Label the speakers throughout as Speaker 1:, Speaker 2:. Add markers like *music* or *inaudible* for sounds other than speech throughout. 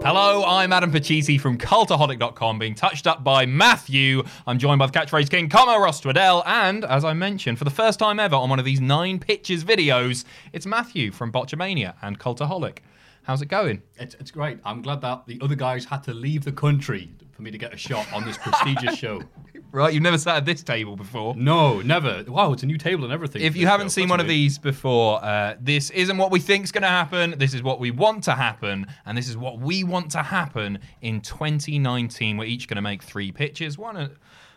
Speaker 1: Hello, I'm Adam Pachisi from cultaholic.com, being touched up by Matthew. I'm joined by the catchphrase king, comma, Ross Twaddell, and as I mentioned, for the first time ever on one of these nine pitches videos, it's Matthew from Botchamania and Cultaholic. How's it going?
Speaker 2: It's, it's great. I'm glad that the other guys had to leave the country for me to get a shot on this *laughs* prestigious show.
Speaker 1: Right, you've never sat at this table before.
Speaker 2: No, never. Wow, it's a new table and everything.
Speaker 1: If
Speaker 2: for
Speaker 1: you
Speaker 2: this
Speaker 1: haven't
Speaker 2: show.
Speaker 1: seen
Speaker 2: That's
Speaker 1: one of
Speaker 2: amazing.
Speaker 1: these before, uh, this isn't what we think's going to happen. This is what we want to happen, and this is what we want to happen in 2019. We're each going to make three pitches, one at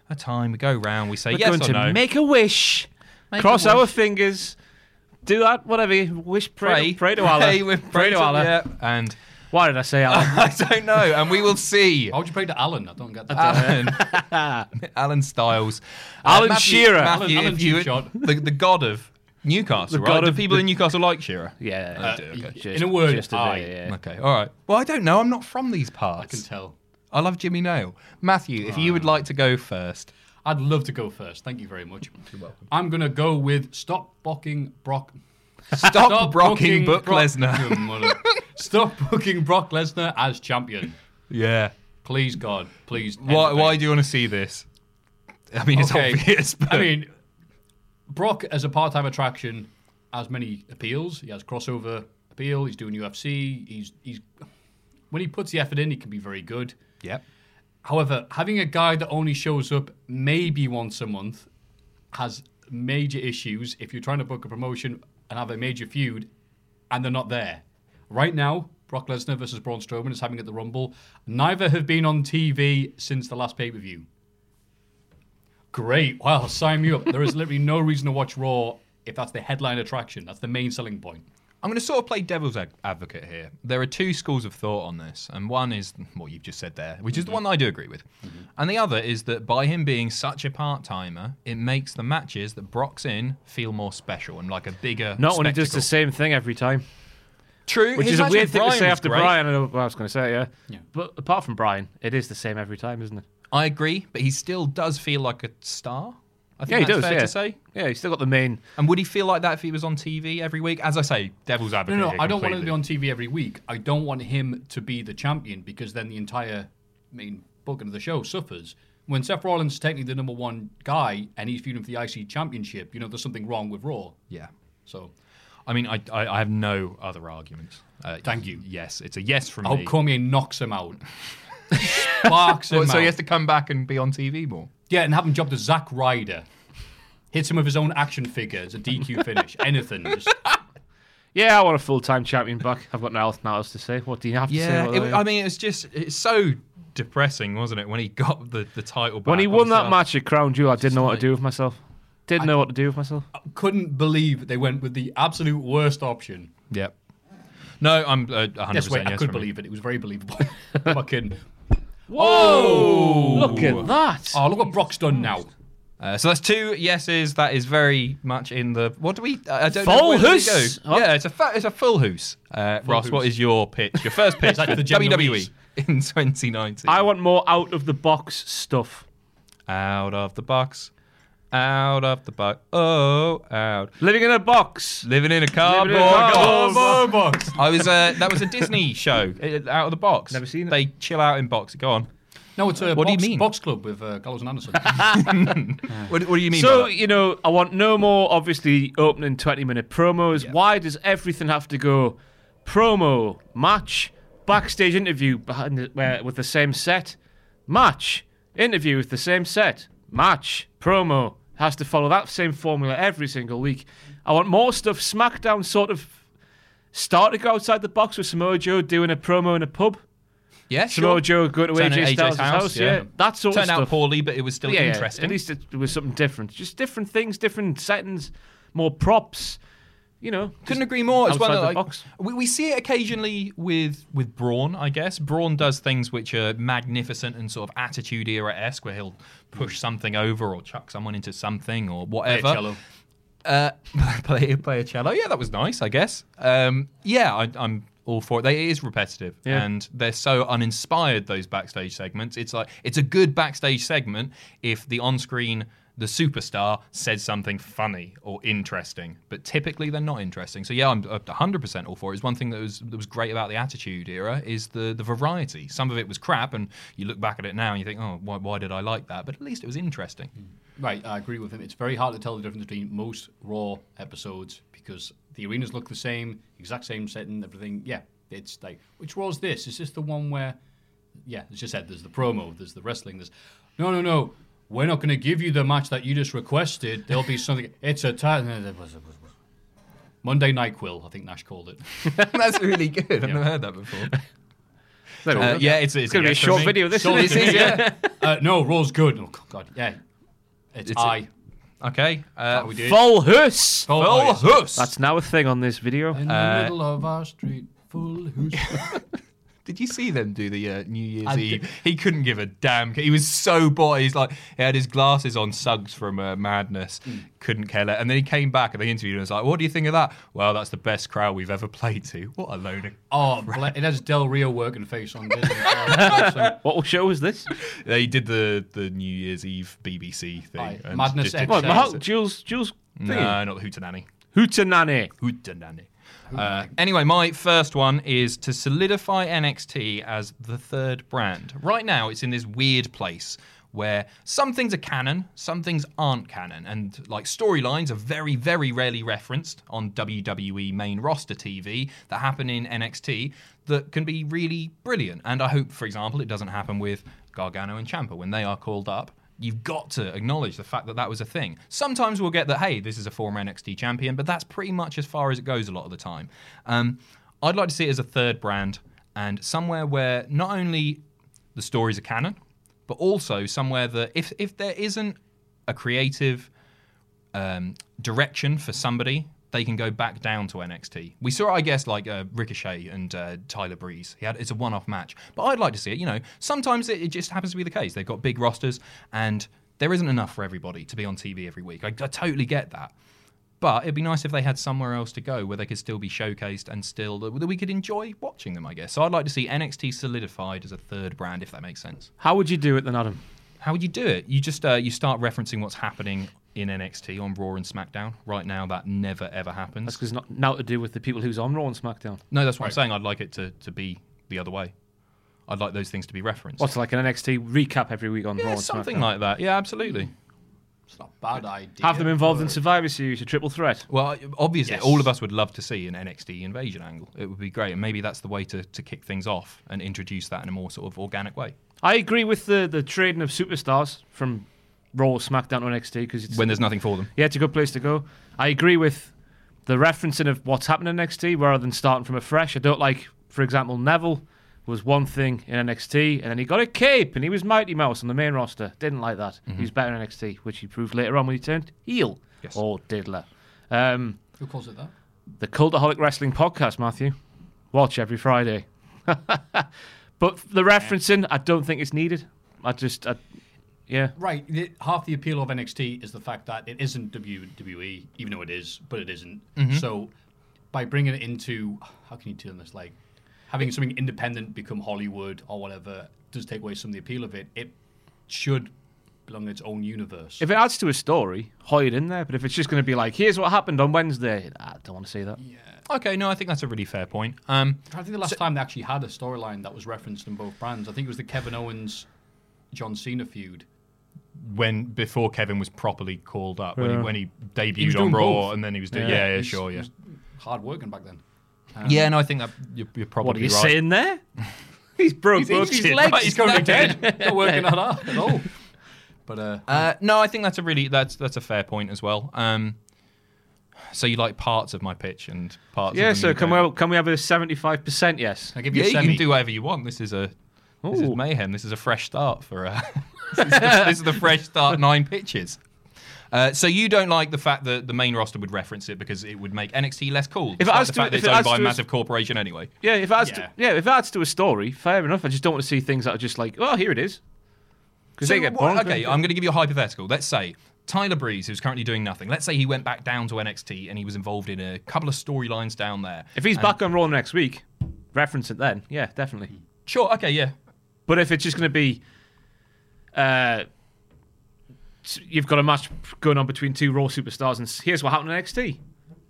Speaker 1: a time. We go round, we say
Speaker 3: We're
Speaker 1: yes
Speaker 3: going
Speaker 1: or
Speaker 3: to
Speaker 1: no.
Speaker 3: make a wish,
Speaker 1: Make
Speaker 3: cross
Speaker 1: a wish.
Speaker 3: our fingers, do that, whatever you wish,
Speaker 1: pray,
Speaker 3: pray, to- pray, to
Speaker 1: *laughs*
Speaker 3: Allah.
Speaker 1: Pray, with, pray, to Allah.
Speaker 3: Yeah.
Speaker 1: And *laughs*
Speaker 3: Why did I say Allah?
Speaker 1: I don't know, and we will see.
Speaker 2: How would you pray to *laughs* Alan? I don't get that. *laughs*
Speaker 1: Alan, Alan Styles, Uh,
Speaker 3: Alan
Speaker 1: Matthew-
Speaker 3: Shearer.
Speaker 1: Matthew,
Speaker 2: Alan- Alan
Speaker 1: if you-
Speaker 2: Cheapshot.
Speaker 1: the, the god of Newcastle,
Speaker 3: The
Speaker 1: right?
Speaker 3: god
Speaker 1: Do
Speaker 3: of
Speaker 1: people
Speaker 3: the-
Speaker 1: in Newcastle like Shearer?
Speaker 3: yeah.
Speaker 1: I do, okay.
Speaker 3: Just-
Speaker 2: in a word,
Speaker 3: just a
Speaker 2: I.
Speaker 3: bit, yeah.
Speaker 1: Okay, all right. Well, I don't know. I'm not from these
Speaker 2: I can
Speaker 1: parts. I,
Speaker 2: tell.
Speaker 1: love Jimmy Nail. Matthew, if you would like to go first,
Speaker 2: I'd love to go first. Thank you very much. You're welcome. I'm gonna go with stop bocking Brock.
Speaker 1: *laughs* stop, brocking Brock
Speaker 2: Brock-
Speaker 1: Lesnar. *laughs*
Speaker 2: Your mother. stop booking Brock Lesnar as champion.
Speaker 1: yeah.
Speaker 2: Please God, please. end
Speaker 1: Why,
Speaker 2: the
Speaker 1: why
Speaker 2: pain.
Speaker 1: do you want to see this? I mean, it's
Speaker 2: Okay.
Speaker 1: obvious, but
Speaker 2: I mean, Brock as a part-time attraction has many appeals. He has crossover appeal. He's doing UFC. He's he's when he puts the effort in, he can be very good.
Speaker 1: yep.
Speaker 2: However, having a guy that only shows up maybe once a month has major issues if you're trying to book a promotion and have a major feud and they're not there. Right now, Brock Lesnar versus Braun Strowman is having at the Rumble. Neither have been on TV since the last pay per view. Great. Wow, sign me up. There is literally no reason to watch Raw if that's the headline attraction. That's the main selling point.
Speaker 1: I'm going to sort of play devil's ad- advocate here. There are two schools of thought on this, and one is what you've just said there, which is
Speaker 3: Mm-hmm.
Speaker 1: the one that I do agree with, and the other is that by him being such a part timer, it makes the matches that Brock's in feel more special and like a bigger.
Speaker 3: Not when he does the
Speaker 1: spectacle.
Speaker 3: same thing every time,
Speaker 1: True,
Speaker 3: which
Speaker 1: his
Speaker 3: is a
Speaker 1: match
Speaker 3: weird
Speaker 1: with
Speaker 3: thing to
Speaker 1: Bryan
Speaker 3: say
Speaker 1: was
Speaker 3: after
Speaker 1: great.
Speaker 3: Brian. I know what I was going to say, yeah. But apart from Brian, it is the same every time, isn't it?
Speaker 1: I agree, but he still does feel like a star. I think
Speaker 3: Yeah, he
Speaker 1: that's
Speaker 3: does.
Speaker 1: fair
Speaker 3: yeah.
Speaker 1: to say.
Speaker 3: yeah, he's still got the main.
Speaker 1: And would he feel like that if he was on TV every week? As I say, devil's
Speaker 2: No,
Speaker 1: advocate.
Speaker 2: no,
Speaker 1: here
Speaker 2: I don't want him to
Speaker 1: completely.
Speaker 2: be on TV every week. I don't want him to be the champion because then the entire main booking of the show suffers. When Seth Rollins is technically the number one guy and he's feuding for the IC championship, you know, there's something wrong with Raw.
Speaker 1: Yeah.
Speaker 2: So
Speaker 1: I mean, I, I, I have no other arguments. Uh,
Speaker 2: Thank you.
Speaker 1: Yes, it's a yes from
Speaker 2: I hope
Speaker 1: me.
Speaker 2: Oh, Cormier knocks him out.
Speaker 1: *laughs*
Speaker 2: Sparks him
Speaker 1: So, so
Speaker 2: out.
Speaker 1: he has to come back and be on TV more.
Speaker 2: Yeah, and have him job to Zack Ryder. Hits him with his own action figure as
Speaker 1: *laughs*
Speaker 2: a DQ finish. Anything. Just,
Speaker 3: Yeah, I want a full time champion back. I've got nothing else to say. What do you have to say?
Speaker 1: Yeah,
Speaker 3: about
Speaker 1: it,
Speaker 3: that?
Speaker 1: I mean, it's just it's so depressing, wasn't it, when he got the, the title back?
Speaker 3: when he won that
Speaker 1: Obviously,
Speaker 3: match at Crown Jewel, I didn't know what
Speaker 1: like-
Speaker 3: to do with myself. Didn't know what to do with myself.
Speaker 2: couldn't believe they went with the absolute worst option.
Speaker 1: Yep. No, I'm uh, 100.
Speaker 2: Yes, wait,
Speaker 1: yes
Speaker 2: I could
Speaker 1: from me.
Speaker 2: believe it. It was very believable. *laughs* Fucking.
Speaker 3: Whoa! Look at that.
Speaker 2: Oh, look what Brock's done now.
Speaker 1: Uh, so that's two yeses. That is very much in the. What do we? I I don't know.
Speaker 3: Full
Speaker 1: Where does it
Speaker 3: hoose.
Speaker 1: Go? Yeah, it's a fa- it's a full hoose. Uh, Ross, what
Speaker 2: hoose.
Speaker 1: is your pitch? Your *laughs* first pitch
Speaker 2: Is that
Speaker 1: for
Speaker 2: the Jim
Speaker 1: WWE
Speaker 2: Louise?
Speaker 1: in 2019.
Speaker 3: I want more out of the box stuff.
Speaker 1: out of the box, out of the box. Oh, out.
Speaker 3: Living in a box.
Speaker 1: Living in a cardboard
Speaker 3: in a
Speaker 1: box.
Speaker 3: cardboard
Speaker 1: I was uh, that was a Disney *laughs* show uh, out of the box.
Speaker 3: Never seen it.
Speaker 1: They chill out in box. Go on.
Speaker 2: No, it's a
Speaker 1: What do you
Speaker 2: box,
Speaker 1: mean?
Speaker 2: box club with uh, Gallows
Speaker 1: *laughs*
Speaker 2: and Anderson.
Speaker 1: What, what do you mean?
Speaker 3: So,
Speaker 1: So
Speaker 3: you know, I want no more, obviously, opening 20 minute promos. Why does everything have to go promo, match, backstage interview behind the, where, with the same set, match, interview with the same set, match, promo, has to follow that same formula every single week. I want more stuff. SmackDown sort of start to go outside the box with Samoa Joe doing a promo in a pub.
Speaker 1: Yeah,
Speaker 3: Samoa
Speaker 1: sure.
Speaker 3: Joe go to
Speaker 1: Turn
Speaker 3: AJ
Speaker 1: at
Speaker 3: Styles' house, yeah. That sort of
Speaker 1: Turned out
Speaker 3: stuff.
Speaker 1: poorly, but it was still interesting.
Speaker 3: Oh, At least it, was something different. Just different things, different settings, more props. You know,
Speaker 1: couldn't
Speaker 3: just
Speaker 1: agree more. It's one
Speaker 3: outside
Speaker 1: of
Speaker 3: the
Speaker 1: like,
Speaker 3: box.
Speaker 1: We, we see it occasionally with with Braun, I guess. Braun does things which are magnificent and sort of attitude era esque, where he'll push something over or chuck someone into something or whatever.
Speaker 2: Cello.
Speaker 1: Uh, *laughs* play play a cello. Yeah, that was nice. I guess. Um, yeah, I, I'm all for it. They, it is repetitive,
Speaker 3: Yeah.
Speaker 1: and they're so uninspired. Those backstage segments. It's like it's a good backstage segment if the on-screen the superstar says something funny or interesting, but typically they're not interesting. So yeah, I'm 100% all for it. It's one thing that was that was great about the Attitude Era is the the variety. Some of it was crap, and you look back at it now and you think, oh, why, why did I like that? But at least it was interesting.
Speaker 2: Right, I agree with him. It's very hard to tell the difference between most Raw episodes because the arenas look the same, exact same setting, everything. Yeah, it's like, which Raw's this? Is this the one where, yeah, as you said, there's the promo, there's the wrestling, there's, no, no, no, we're not going to give you the match that you just requested. There'll be something, it's a time. Monday Night Quill, I think Nash called it.
Speaker 1: *laughs* *laughs* That's really good. I've never heard that before.
Speaker 3: There we
Speaker 1: Uh,
Speaker 3: go.
Speaker 1: yeah, it's, it's,
Speaker 3: It's going to be a
Speaker 1: yes for
Speaker 3: short
Speaker 1: me.
Speaker 3: video. This
Speaker 2: Short
Speaker 3: is
Speaker 2: video. uh, no, Raw's good. Oh, God, yeah. It's,
Speaker 1: It's a-
Speaker 2: I.
Speaker 1: *laughs* Okay.
Speaker 2: that
Speaker 1: Uh,
Speaker 2: we do.
Speaker 3: Volhus.
Speaker 2: Full
Speaker 1: Phil
Speaker 2: house.
Speaker 1: Huss.
Speaker 3: That's now a thing on this video.
Speaker 2: In the middle of our street, full house.
Speaker 1: Did you see them do the uh, New Year's
Speaker 2: I
Speaker 1: Eve?
Speaker 2: did.
Speaker 1: He couldn't give a damn. He was so bored. He's like, he had his glasses on, Suggs from uh, Madness.
Speaker 2: Hmm.
Speaker 1: Couldn't care less. And then he came back at the interview and was like, what do you think of that? Well, that's the best crowd we've ever played to. What a load of...
Speaker 2: *laughs* Oh, bla- it has Del Rio working face on Disney. Oh, that's awesome.
Speaker 3: What show
Speaker 1: *laughs*
Speaker 3: is this?
Speaker 1: They did the, the New Year's Eve BBC thing.
Speaker 2: Aye,
Speaker 1: and
Speaker 2: Madness
Speaker 1: just did-
Speaker 2: X.
Speaker 3: What,
Speaker 2: Shows
Speaker 3: Mahal-
Speaker 2: it.
Speaker 3: Jules, Jules,
Speaker 1: No, not the Hootenanny.
Speaker 3: Hootenanny.
Speaker 1: Hootenanny. Uh, anyway, my first one is to solidify NXT as the third brand. Right now, it's in this weird place where some things are canon, some things aren't canon, and like storylines are very, very rarely referenced on WWE main roster TV that happen in NXT that can be really brilliant. And I hope, for example, it doesn't happen with Gargano and Champa when they are called up. You've got to acknowledge the fact that that was a thing. Sometimes we'll get that, hey, this is a former NXT champion, but that's pretty much as far as it goes a lot of the time. Um, I'd like to see it as a third brand and somewhere where not only the stories are canon, but also somewhere that if, if there isn't a creative um, direction for somebody, they can go back down to NXT. We saw, I guess, like uh, Ricochet and uh, Tyler Breeze. He had it's a one-off match, but I'd like to see it. You know, sometimes it, it just happens to be the case. They've got big rosters, and there isn't enough for everybody to be on TV every week. I, I totally get that. But it'd be nice if they had somewhere else to go where they could still be showcased and still that we could enjoy watching them, I guess. So I'd like to see NXT solidified as a third brand, if that makes sense.
Speaker 3: How would you do it then, Adam?
Speaker 1: How would you do it? You just uh, you start referencing what's happening in NXT on Raw and SmackDown. Right now, that never ever happens.
Speaker 3: That's because it's not now to do with the people who's on Raw and SmackDown.
Speaker 1: no, that's what I'm saying. I'd like it to, to be the other way. I'd like those things to be referenced.
Speaker 3: What's like an NXT recap every week on Raw
Speaker 1: yeah,
Speaker 3: and
Speaker 1: something
Speaker 3: SmackDown?
Speaker 1: like that. Yeah, absolutely.
Speaker 2: It's not a bad idea.
Speaker 3: Have them involved in
Speaker 2: but-
Speaker 3: Survivor Series, a triple threat.
Speaker 1: Well, obviously,
Speaker 2: Yes.
Speaker 1: all of us would love to see an NXT invasion angle. It would be great, and maybe that's the way to, to kick things off and introduce that in a more sort of organic way.
Speaker 3: I agree with the the trading of superstars from Raw, SmackDown, to NXT because it's
Speaker 1: When there's nothing for them.
Speaker 3: yeah, it's a good place to go. I agree with the referencing of what's happening in NXT rather than starting from afresh. I don't like, for example, Neville was one thing in NXT and then he got a cape and he was Mighty Mouse on the main roster. Didn't like that. He was better in NXT, which he proved later on when he turned heel
Speaker 1: Mm-hmm. Yes.
Speaker 3: or diddler. Um,
Speaker 2: Who calls it that?
Speaker 3: the Cultaholic Wrestling Podcast, Matthew. Watch every Friday. *laughs* but the referencing, I don't think it's needed. I just, I, yeah.
Speaker 2: Right. the- half the appeal of NXT is the fact that it isn't WWE, even though it is, but it isn't. So by bringing it into, how can you term this? Like having something independent become Hollywood or whatever does take away some of the appeal of it. It should belong in its own universe.
Speaker 3: If it adds to a story, hide it in there. But if it's just going to be like, here's what happened on Wednesday, I don't want to see that.
Speaker 1: Okay, no, I think that's a really fair point. Um,
Speaker 2: I think the last time they actually had a storyline that was referenced in both brands, I think it was the Kevin Owens John Cena feud.
Speaker 1: when before Kevin was properly called up when, he, when he debuted
Speaker 2: was
Speaker 1: on
Speaker 2: doing
Speaker 1: Raw
Speaker 2: both.
Speaker 1: and then he was doing yeah, yeah,
Speaker 2: He's-
Speaker 1: sure yeah
Speaker 2: he's Hard working back then.
Speaker 1: yeah no I think that you're, you're probably
Speaker 3: What are you
Speaker 1: right
Speaker 3: saying there? *laughs* he's broke
Speaker 1: injured
Speaker 3: both his
Speaker 1: his
Speaker 2: *laughs*
Speaker 3: legs.
Speaker 1: leg. He's going to *laughs*
Speaker 3: Knackered.
Speaker 2: Not working on that at all. But uh,
Speaker 1: Uh, no, I think that's a really that's that's a fair point as well. Um, so you like parts of my pitch and parts.
Speaker 3: Yeah,
Speaker 1: of the
Speaker 3: so
Speaker 1: new
Speaker 3: can
Speaker 1: game.
Speaker 3: we can we have a seventy-five percent yes?
Speaker 2: I give you
Speaker 1: Yeah,
Speaker 2: a
Speaker 1: you
Speaker 2: semi.
Speaker 1: can do whatever you want. This is a this is
Speaker 3: Ooh.
Speaker 1: mayhem. This is a fresh start for. Uh, *laughs* this, is the, this is the fresh start nine pitches. Uh, so you don't like the fact that the main roster would reference it because it would make NXT less cool.
Speaker 3: If it
Speaker 1: despite
Speaker 3: adds
Speaker 1: the
Speaker 3: to-
Speaker 1: fact that
Speaker 3: if
Speaker 1: it's
Speaker 3: it
Speaker 1: owned
Speaker 3: adds
Speaker 1: by a
Speaker 3: to his-
Speaker 1: massive corporation anyway.
Speaker 3: Yeah, if it adds
Speaker 2: Yeah.
Speaker 3: To, yeah, if it adds to a story, fair enough. I just don't want to see things that are just like, oh, here it is, because
Speaker 1: So
Speaker 3: they get
Speaker 1: what-
Speaker 3: bored.
Speaker 1: okay, I'm going to give you a hypothetical. Let's say Tyler Breeze, who's currently doing nothing, let's say he went back down to NXT and he was involved in a couple of storylines down there.
Speaker 3: If he's back on Raw next week, reference it then. Yeah,
Speaker 1: Hmm.
Speaker 3: definitely.
Speaker 1: Sure, okay, yeah.
Speaker 3: But if it's just going to be, uh, s- you've got a match going on between two Raw superstars, and s- here's what happened in NXT.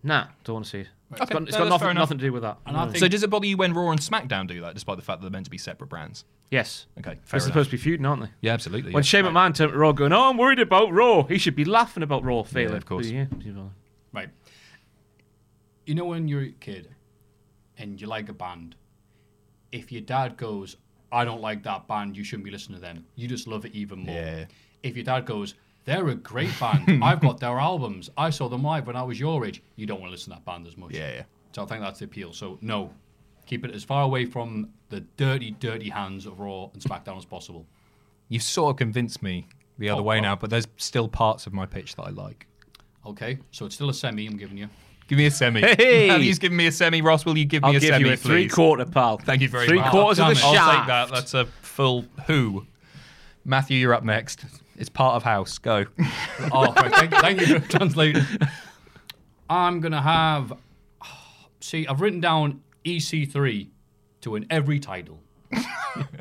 Speaker 3: Nah, don't want to see it. It's
Speaker 1: Okay,
Speaker 3: got, it's
Speaker 1: no, that's
Speaker 3: got
Speaker 1: fair
Speaker 3: nothing,
Speaker 1: enough.
Speaker 3: nothing to do with that.
Speaker 2: and I think
Speaker 1: So does it bother you when Raw and SmackDown do that, despite the fact that they're meant to be separate brands?
Speaker 3: Yes,
Speaker 1: Okay, fair
Speaker 3: they're
Speaker 1: enough.
Speaker 3: supposed to be feuding, aren't they?
Speaker 1: yeah, absolutely.
Speaker 3: When
Speaker 1: yeah.
Speaker 3: Shane McMahon turned to Raw going, oh, I'm worried about Raw. He should be laughing about Raw failing.
Speaker 1: of course.
Speaker 3: But yeah.
Speaker 2: Right. You know when you're a kid and you like a band, if your dad goes, I don't like that band, you shouldn't be listening to them. You just love it even more.
Speaker 1: Yeah.
Speaker 2: If your dad goes, they're
Speaker 1: *laughs*
Speaker 2: a great band. I've got their albums. I saw them live when I was your age. You don't want to listen to that band as much.
Speaker 1: Yeah, yeah.
Speaker 2: So I think that's the appeal. So no, keep it as far away from the dirty, dirty hands of Raw and SmackDown as possible.
Speaker 1: You've sort of convinced me the other way now, but there's still parts of my pitch that I like.
Speaker 2: Okay. So it's still a semi I'm giving you.
Speaker 1: Give me a semi.
Speaker 3: Hey!
Speaker 1: He's given me a semi. Ross, will you give
Speaker 3: I'll
Speaker 1: me a
Speaker 3: give
Speaker 1: semi,
Speaker 3: you a
Speaker 1: please?
Speaker 3: three quarter, pal.
Speaker 1: Thank you very
Speaker 3: three
Speaker 1: much.
Speaker 3: Three quarters of the
Speaker 1: I'll
Speaker 3: shaft.
Speaker 1: take that. That's a full who. Matthew, you're up next. It's part of house. Go.
Speaker 2: Oh, right. thank, thank you *laughs* for translating. I'm going to have. *sighs* See, I've written down EC3 to win every title.
Speaker 1: *laughs*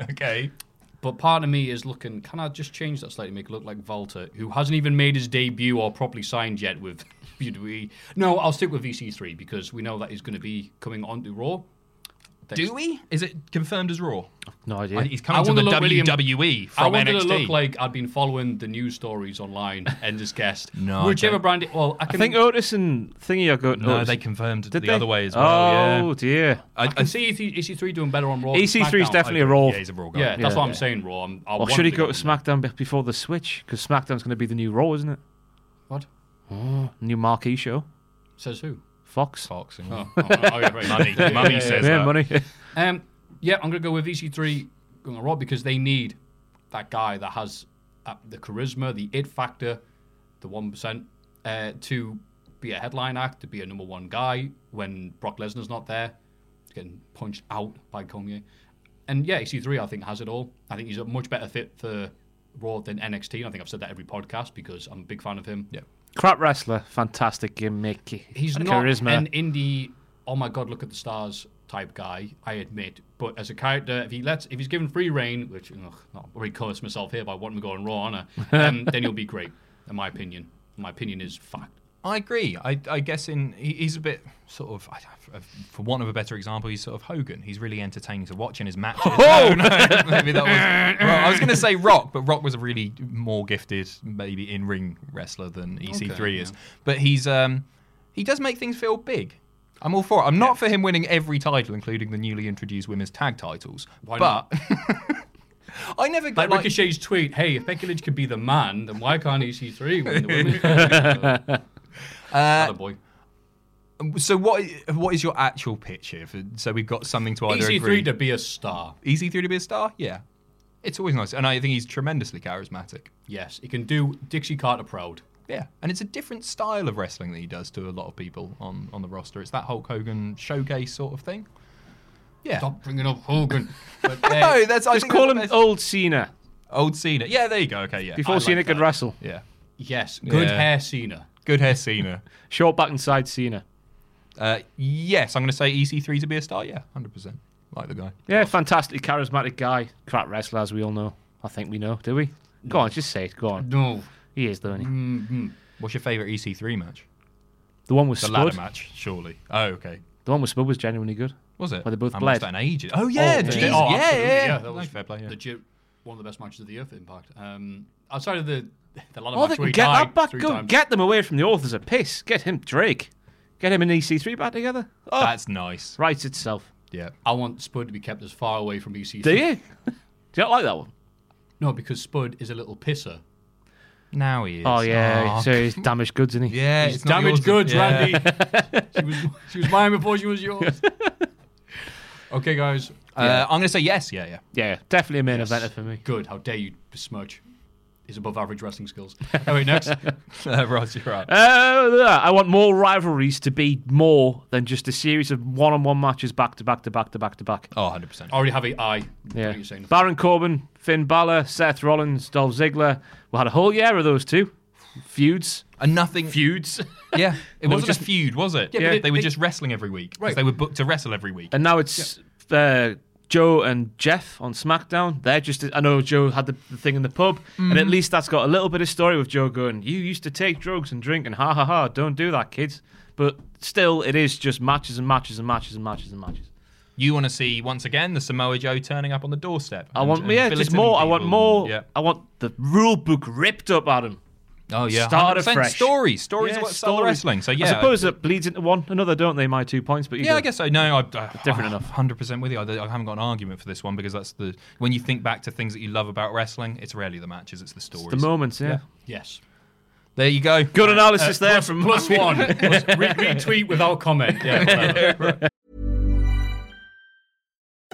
Speaker 1: okay.
Speaker 2: But part of me is looking, can I just change that slightly, make it look like Volta, who hasn't even made his debut or properly signed yet with *laughs* WWE? No, I'll stick with EC3 because we know that he's going to be coming onto Raw.
Speaker 1: Do we? Is it confirmed as Raw? I-
Speaker 3: No idea.
Speaker 1: He's
Speaker 2: I
Speaker 1: coming to
Speaker 2: wanna
Speaker 1: the
Speaker 2: look really-
Speaker 1: WWE
Speaker 2: I
Speaker 1: from
Speaker 2: wanted
Speaker 1: NXT.
Speaker 2: to look like I'd been following the news stories online and just guessed.
Speaker 1: *laughs* No, I
Speaker 2: Whichever
Speaker 1: don't-
Speaker 2: brand it, well, I
Speaker 3: I
Speaker 2: can
Speaker 3: think Otis and Thingy are good.
Speaker 1: no,
Speaker 3: Otis-
Speaker 1: they confirmed it
Speaker 3: Did
Speaker 1: the
Speaker 3: they?
Speaker 1: other way as well.
Speaker 3: Oh
Speaker 1: yeah.
Speaker 3: dear.
Speaker 1: I, I-
Speaker 2: I can see E EC3 doing better on Raw. than
Speaker 3: EC3 is
Speaker 2: SmackDown.
Speaker 3: definitely a Raw.
Speaker 1: Yeah, he's a Raw guy.
Speaker 2: Yeah, that's
Speaker 3: Yeah.
Speaker 2: what I'm saying, Raw. I'm, I
Speaker 3: Or
Speaker 2: want
Speaker 3: should he
Speaker 2: to
Speaker 3: go
Speaker 2: go
Speaker 3: to
Speaker 2: in there.
Speaker 3: SmackDown be- before the Switch? Because SmackDown's going to be the new Raw, isn't it?
Speaker 2: What?
Speaker 3: New marquee show.
Speaker 2: Says who?
Speaker 3: Fox.
Speaker 1: boxing.
Speaker 2: Oh, oh, oh, *laughs* yeah, right.
Speaker 1: Money. Money says
Speaker 3: yeah,
Speaker 1: that.
Speaker 3: money. *laughs*
Speaker 2: Um, yeah, I'm going to go with E EC3 going to Raw because they need that guy that has uh, the charisma, the it factor, the 1%, uh, to be a headline act, to be a number one guy when Brock Lesnar's not there. He's getting punched out by Kanye. And yeah, EC3, I think, has it all. I think he's a much better fit for Raw than NXT. And I think I've said that every podcast because I'm a big fan of him.
Speaker 1: Yeah.
Speaker 3: Crap wrestler. Fantastic gimmick.
Speaker 2: He's not
Speaker 3: charisma.
Speaker 2: an indie. Oh my god, look at the stars type guy. I admit, but as a character, if he lets, if he's given free reign, which ugh, not recurse myself here by wanting to go on Raw, aren't I? um, then he'll be great. In my opinion, my opinion is fact.
Speaker 1: I agree. I, I guess in he- he's a bit sort of, I don't- for want of a better example, he's sort of Hogan. He's really entertaining to watch in his
Speaker 2: *laughs*
Speaker 1: matches. Oh! No, no, maybe that was. Well, I was going to say Rock, but Rock was a really more gifted, maybe in ring wrestler than EC3 is. But he's um, he does make things feel big. I'm all for it. I'm not for him winning every title, including the newly introduced women's tag titles.
Speaker 2: Why
Speaker 1: but
Speaker 2: not?
Speaker 1: I never get
Speaker 2: Like,
Speaker 1: like,
Speaker 2: Ricochet's tweet, "Hey, if Becky Lynch could be the man, then why can't EC3 win the women's?" uh,
Speaker 1: *laughs* Uh,
Speaker 2: boy.
Speaker 1: so. What what is your actual pitch here? For, so we've got something to either
Speaker 2: EC3
Speaker 1: agree.
Speaker 2: E to be a star.
Speaker 1: Easy through to be a star? Yeah. It's always nice. And I think he's tremendously charismatic.
Speaker 2: Yes, he can do Dixie Carter proud.
Speaker 1: Yeah. And it's a different style of wrestling that he does to a lot of people on, on the roster. It's that Hulk Hogan showcase sort of thing. Yeah.
Speaker 2: Stop bringing up Hogan.
Speaker 1: *laughs*
Speaker 2: But, uh,
Speaker 1: No, that's I
Speaker 3: Just
Speaker 1: think
Speaker 3: call
Speaker 1: that's
Speaker 3: him
Speaker 1: the best-
Speaker 3: old Cena.
Speaker 1: old Cena. Yeah, there you go. Okay, yeah.
Speaker 3: Before
Speaker 1: I like
Speaker 3: Cena could
Speaker 1: that.
Speaker 3: wrestle.
Speaker 1: Yeah.
Speaker 2: Yes, good
Speaker 1: Yeah.
Speaker 2: hair, Cena.
Speaker 1: Good hair Cena.
Speaker 3: Short back and side Cena.
Speaker 1: Uh, yes, I'm going to say EC3 to be a star. Yeah, 100%. Like the guy.
Speaker 3: Yeah, fantastic, charismatic guy. Crap wrestler, as we all know. I think we know, do we? Go on, just say it. Go on.
Speaker 2: No.
Speaker 3: He is, though, isn't he?
Speaker 1: Mm. What's your favourite EC3 match?
Speaker 3: The one with
Speaker 1: The
Speaker 3: Spud.
Speaker 1: ladder match, surely. Oh, okay.
Speaker 3: The one with Spud was genuinely good.
Speaker 1: Was it?
Speaker 3: Where they both
Speaker 1: I
Speaker 3: bled.
Speaker 1: watched that in ages. Oh, yeah.
Speaker 2: Oh,
Speaker 1: jeez,
Speaker 2: yeah. Oh,
Speaker 1: yeah, yeah,
Speaker 2: absolutely,
Speaker 1: yeah.
Speaker 2: That
Speaker 1: No,
Speaker 2: was
Speaker 1: fair play, yeah.
Speaker 2: legit one of the best matches of the year for Impact. Um, outside of the the ladder
Speaker 3: Oh,
Speaker 2: match
Speaker 3: they
Speaker 2: where
Speaker 3: can
Speaker 2: he
Speaker 3: get
Speaker 2: died
Speaker 3: that back.
Speaker 2: three
Speaker 3: Go
Speaker 2: times.
Speaker 3: get them away from the authors of piss. Get him Drake. Get him and EC3 back together. Oh,
Speaker 1: That's nice.
Speaker 3: writes itself.
Speaker 1: Yeah.
Speaker 2: I want Spud to be kept as far
Speaker 3: *laughs*
Speaker 2: away from EC3.
Speaker 3: Do you? Do you not like that one?
Speaker 2: No, because Spud is a little pisser.
Speaker 1: Now he is.
Speaker 3: Oh yeah,
Speaker 1: Aw.
Speaker 3: so he's damaged goods, isn't he?
Speaker 1: yeah,
Speaker 2: It's
Speaker 1: it's not yours.
Speaker 2: damaged goods,
Speaker 1: Yeah. Uh,
Speaker 2: Randy. she, was, she was mine before she was yours. okay, guys.
Speaker 1: Uh, I'm going to say yes. Yeah, yeah.
Speaker 3: Yeah, definitely a main eventer for me.
Speaker 2: Good. How dare you besmirch his above average wrestling skills. Oh, wait, next.
Speaker 3: *laughs*
Speaker 1: *laughs* Uh, Ross, you're right.
Speaker 3: Uh, I want more rivalries to be more than just a series of one-on-one matches back to back to back to back to back.
Speaker 1: Oh, 100%.
Speaker 2: I already have a I.
Speaker 3: Yeah,
Speaker 2: What you saying?
Speaker 3: Baron Corbin, Finn Balor, Seth Rollins, Dolph Ziggler. We had a whole year of those two feuds.
Speaker 1: And nothing.
Speaker 3: Feuds.
Speaker 1: *laughs* Yeah. It wasn't
Speaker 3: just-
Speaker 1: a feud, was it?
Speaker 2: Yeah, but it-
Speaker 1: They were
Speaker 2: they-
Speaker 1: just wrestling every week. 'cause
Speaker 2: Right.
Speaker 1: They were booked to wrestle every week.
Speaker 3: And now it's uh, Joe and Jeff on SmackDown. They're just, I know Joe had the, the thing in the pub, and
Speaker 1: Mm-hmm.
Speaker 3: at least that's got a little bit of story with Joe going, You used to take drugs and drink, and ha ha ha, don't do that, kids. But still, it is just matches and matches and matches and matches and matches.
Speaker 1: You want to see, once again, the Samoa Joe turning up on the doorstep.
Speaker 3: I
Speaker 1: and-
Speaker 3: want,
Speaker 1: and
Speaker 3: yeah, just
Speaker 1: belittling
Speaker 3: more. I want
Speaker 1: people.
Speaker 3: more.
Speaker 1: Yeah.
Speaker 3: I want the rule book ripped up at him.
Speaker 1: Oh, yeah.
Speaker 3: Start
Speaker 1: 100%.
Speaker 3: afresh.
Speaker 1: Stories. Stories about sell wrestling. So, yeah.
Speaker 3: I suppose that bleeds into one another, don't they? My two points, but you
Speaker 1: Yeah,
Speaker 3: go.
Speaker 1: I guess so. No, I, I,
Speaker 3: Different
Speaker 1: I-
Speaker 3: enough.
Speaker 1: 100% with you. I, I haven't got an argument for this one because that's the. When you think back to things that you love about wrestling, it's rarely the matches, it's the stories. Uh,
Speaker 3: the moments. Yeah,
Speaker 2: Yes.
Speaker 1: there you go.
Speaker 3: good analysis there from
Speaker 2: Plus one. Plus- re- retweet without comment. Yeah, whatever.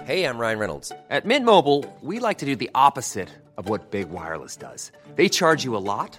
Speaker 4: Hey, I'm Ryan Reynolds. At Mint Mobile, we like to do the opposite of what Big Wireless does. They charge you a lot,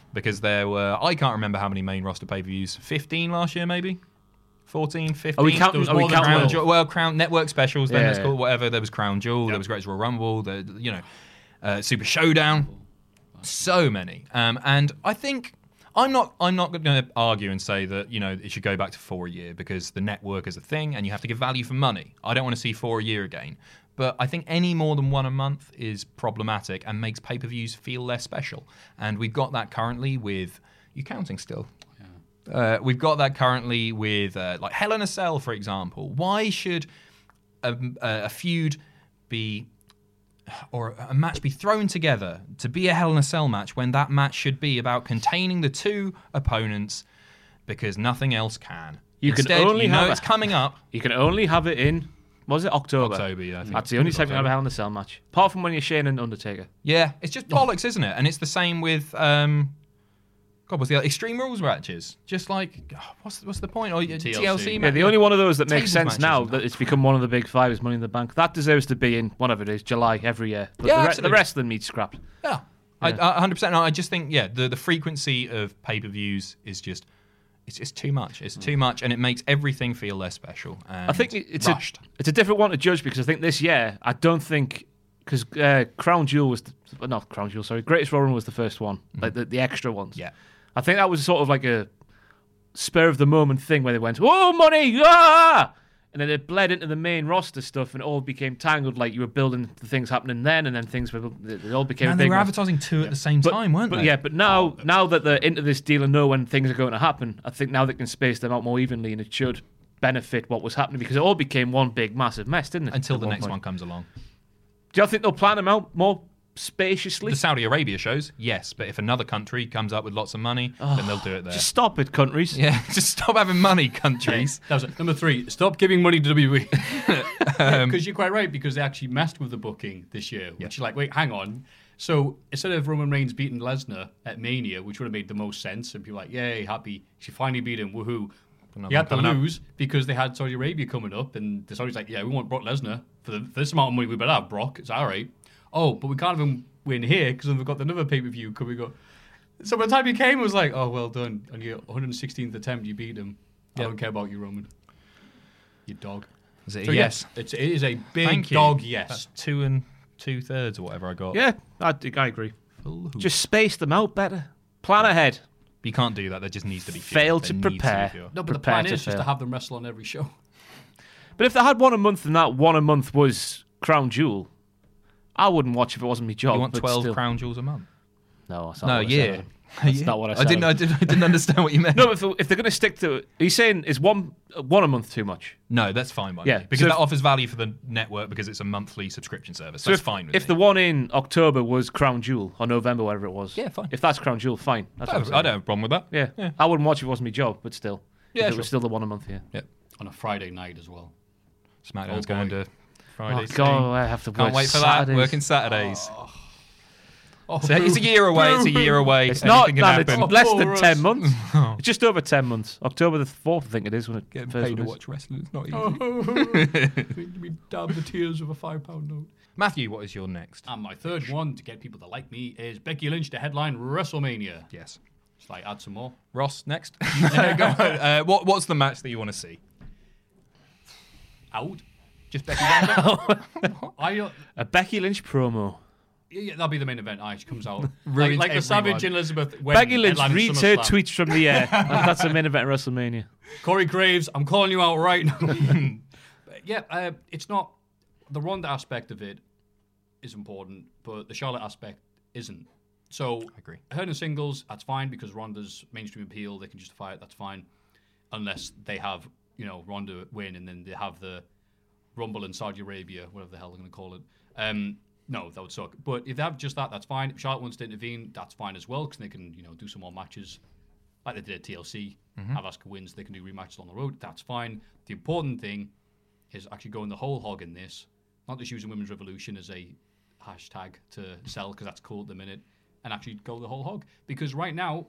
Speaker 1: because there were, I can't remember how many main roster pay per views, 15 last year maybe? 14, 15?
Speaker 3: counting-
Speaker 1: There was
Speaker 3: are we
Speaker 1: more than
Speaker 3: counting
Speaker 1: Crown
Speaker 3: those?
Speaker 1: Jewel, well, Crown Network specials, then
Speaker 3: Yeah,
Speaker 1: it's
Speaker 3: yeah.
Speaker 1: called whatever. There was Crown Jewel, there was Great Royal Rumble, the, you know, uh, Super Showdown. So many. Um, and I think. I'm not. I'm not going to argue and say that you know it should go back to four a year because the network is a thing and you have to give value for money. I don't want to see four a year again, but I think any more than one a month is problematic and makes pay-per-views feel less special. And we've got that currently with you counting still. Uh, we've got that currently with uh, like Hell in a Cell, for example. Why should a, a feud be or a match be thrown together to be a Hell in a Cell match when that match should be about containing the two opponents because nothing else can.
Speaker 3: You can
Speaker 1: Instead,
Speaker 3: only
Speaker 1: you know
Speaker 3: have a-
Speaker 1: it's coming up.
Speaker 3: You can only have it in. what was it October?
Speaker 1: October, yeah, I think
Speaker 3: That's
Speaker 1: it
Speaker 3: the only
Speaker 1: was
Speaker 3: segment I've
Speaker 1: October.
Speaker 3: had in the cell match, apart from when you're Shane and Undertaker.
Speaker 1: Yeah, it's
Speaker 3: *laughs*
Speaker 1: just bollocks, isn't it? And it's the same with um, God, what's the other? Extreme Rules matches? Just like oh, what's what's the point? Or TLC,
Speaker 2: TLC.
Speaker 1: TLC
Speaker 3: Yeah, the only one of those that
Speaker 1: Tables
Speaker 3: makes
Speaker 1: matches
Speaker 3: sense now
Speaker 1: and
Speaker 3: that it's become one of the big five is Money in the Bank. That deserves to be in whatever it is, July every year. But
Speaker 1: Yeah,
Speaker 3: the, re- the
Speaker 1: absolutely.
Speaker 3: wrestling meets scrapped.
Speaker 1: Yeah, I I, hundred percent. I just think yeah, the the frequency of pay per views is just it's just too much. It's too much, and it makes everything feel less special. And
Speaker 3: I think it- it's
Speaker 1: rushed.
Speaker 3: a it's a different one to judge because I think this year I don't think because uh, Crown Jewel was the, not Crown Jewel, sorry, Greatest Royal Rumble was the first one, like the, the extra ones.
Speaker 1: Mm-hmm. Yeah.
Speaker 3: I think that was sort of like a spur of the moment thing where they went, "Oh, money, ah!" and then it bled into the main roster stuff and it all became tangled. Like you were building the things happening then, and then things were it it all became. a
Speaker 1: and
Speaker 3: big
Speaker 1: they were
Speaker 3: mess.
Speaker 1: advertising two at the same time, weren't
Speaker 3: but
Speaker 1: they?
Speaker 3: yeah, but now now that they're into this deal and know when things are going to happen, I think now they can space them out more evenly, and it should benefit what was happening because it all became one big massive mess, didn't it?
Speaker 1: until
Speaker 3: at
Speaker 1: the next
Speaker 3: point?
Speaker 1: one comes along.
Speaker 3: Do you think they'll plan them out more spaciously?
Speaker 1: The Saudi Arabia shows, yes, but if another country comes up with lots of money, then they'll do it there.
Speaker 3: Just stop it,
Speaker 1: *laughs*
Speaker 3: countries.
Speaker 1: yeah, just stop having money, countries.
Speaker 2: That was it. Number three, stop giving money to E. WWE.
Speaker 1: Um,
Speaker 2: Because you're quite right, because they actually messed with the booking this year, which is like, wait, hang on. So instead of Roman Reigns beating Lesnar at Mania, which would have made the most sense, and people were like, yay, happy, she finally beat him, woohoo.
Speaker 1: Another
Speaker 2: He had to
Speaker 1: one coming up.
Speaker 2: lose because they had Saudi Arabia coming up, and the Saudi's like, yeah, we want Brock Lesnar for, the, for this amount of money. We better have Brock. It's all right. Oh, but we can't have him win here because then we've got another pay per view coming up. So by the time he came, it was like, oh, well done. On your 116th attempt, you beat him. I don't care about you, Roman. You dog.
Speaker 1: *laughs* Is it a
Speaker 2: So
Speaker 1: yes?
Speaker 2: yes, it's, it is a big
Speaker 1: Thank you.
Speaker 2: dog yes.
Speaker 1: That's two and two thirds or whatever I got.
Speaker 3: Yeah, I, think- I agree. Just space them out better. Plan ahead.
Speaker 1: But you can't do that. There just needs to be fear.
Speaker 3: Fail to
Speaker 1: There needs be
Speaker 3: prepare.
Speaker 1: fear.
Speaker 2: no, but the
Speaker 3: Prepare
Speaker 2: plan
Speaker 3: to
Speaker 2: is just
Speaker 3: fail.
Speaker 2: to have them wrestle on every show.
Speaker 3: But if they had one a month and that one a month was Crown Jewel, I wouldn't watch if it wasn't my job.
Speaker 1: You want
Speaker 3: but
Speaker 1: twelve
Speaker 3: still.
Speaker 1: crown jewels a month?
Speaker 3: No, that's not
Speaker 1: No,
Speaker 3: what I
Speaker 1: yeah.
Speaker 3: said.
Speaker 1: *laughs*
Speaker 3: That's not what I said.
Speaker 1: didn't. I didn't. I didn't understand what you meant.
Speaker 3: *laughs* No, but if, if they're going to stick to, are you saying is one one a month too much?
Speaker 1: *laughs* No, that's fine by
Speaker 3: Yeah,
Speaker 1: me. Because
Speaker 3: so
Speaker 1: that
Speaker 3: if-
Speaker 1: offers value for the network because it's a monthly subscription service.
Speaker 3: So
Speaker 1: that's
Speaker 3: if,
Speaker 1: fine with
Speaker 3: if
Speaker 1: me.
Speaker 3: the one in October was Crown Jewel or November, whatever it was,
Speaker 1: Yeah, fine.
Speaker 3: If that's Crown Jewel, fine. That's
Speaker 1: I
Speaker 3: what I'm
Speaker 1: don't,
Speaker 3: saying.
Speaker 1: I don't have a problem with that.
Speaker 3: Yeah. I wouldn't watch if it wasn't my job, but still,
Speaker 1: Yeah,
Speaker 3: if it
Speaker 1: sure.
Speaker 3: was still the one a month. Yeah.
Speaker 1: Yeah.
Speaker 2: On a Friday night as well.
Speaker 1: SmackDown's
Speaker 2: Oh,
Speaker 1: going
Speaker 2: boy.
Speaker 1: to Friday.
Speaker 3: oh God, I have to
Speaker 1: Can't
Speaker 3: work
Speaker 1: wait for that.
Speaker 3: Saturdays.
Speaker 1: Working Saturdays.
Speaker 2: Oh,
Speaker 1: So it's a year away. It's a year *laughs* away.
Speaker 3: It's
Speaker 1: Anything
Speaker 3: not
Speaker 1: can
Speaker 3: that. It's
Speaker 1: happen.
Speaker 2: Oh,
Speaker 3: less than
Speaker 2: poor us.
Speaker 3: ten months.
Speaker 1: *laughs*
Speaker 3: It's just over ten months. October the fourth, I think it is when it
Speaker 1: Getting
Speaker 3: first
Speaker 1: paid to watch
Speaker 3: released.
Speaker 1: wrestling is not easy.
Speaker 2: Oh.
Speaker 1: *laughs*
Speaker 2: we, we dab the tears of a five pound note.
Speaker 1: Matthew, what is your next?
Speaker 2: And my third one to get people to like me is Becky Lynch to headline WrestleMania.
Speaker 1: yes.
Speaker 2: Just like add some
Speaker 1: *laughs*
Speaker 2: more.
Speaker 1: Ross, next. Go on. Uh, what, what's the match that you want to see?
Speaker 2: *laughs* Out.
Speaker 1: Just Becky *laughs* Lambert?
Speaker 2: I don't-
Speaker 3: A Becky Lynch promo.
Speaker 2: yeah, that'll be the main event. Aye, she comes out like,
Speaker 1: *laughs* Ruins
Speaker 2: like the Savage
Speaker 1: everyone.
Speaker 2: and Elizabeth. When
Speaker 3: Becky Lynch
Speaker 2: headlining
Speaker 3: reads her
Speaker 2: SummerSlam.
Speaker 3: tweets from
Speaker 1: *laughs*
Speaker 3: the air. That's a main event at WrestleMania.
Speaker 2: Corey Graves, I'm calling you out right now. *laughs* But yeah, uh, it's not the Ronda aspect of it is important, but the Charlotte aspect isn't. So I
Speaker 1: agree.
Speaker 2: Her in singles, that's fine because Ronda's mainstream appeal, they can justify it. That's fine, unless they have you know Ronda win and then they have the Rumble in Saudi Arabia, whatever the hell they're going to call it. Um, no, that would suck. But if they have just that, that's fine. If Charlotte wants to intervene, that's fine as well because they can you know do some more matches like they did at TLC. Have Asuka wins, they can do rematches on the road. That's fine. The important thing is actually going the whole hog in this, not just using women's revolution as a hashtag to sell because that's cool at the minute, and actually go the whole hog because right now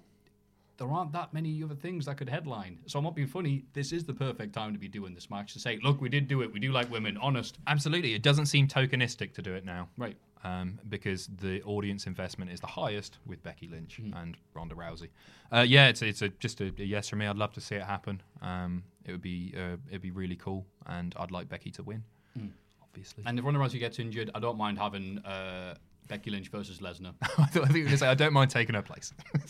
Speaker 2: there aren't that many other things that could headline. So I'm not being funny. This is the perfect time to be doing this match to say, look, we did do it. We do like women. Honest.
Speaker 1: Absolutely. It doesn't seem tokenistic to do it now.
Speaker 2: Right.
Speaker 1: Um, because the audience investment is the highest with Becky Lynch
Speaker 2: Mm-hmm.
Speaker 1: and Ronda Rousey. Uh, yeah, it's it's a, just a, a yes from me. I'd love to see it happen. Um, it would be uh, it'd be really cool, and I'd like Becky to win,
Speaker 2: Mm.
Speaker 1: obviously. *laughs*
Speaker 2: And if Ronda Rousey gets injured, I don't mind having uh, Becky Lynch versus
Speaker 3: *laughs*
Speaker 2: Lesnar.
Speaker 1: I thought I think you were gonna say I don't mind taking her place. *laughs*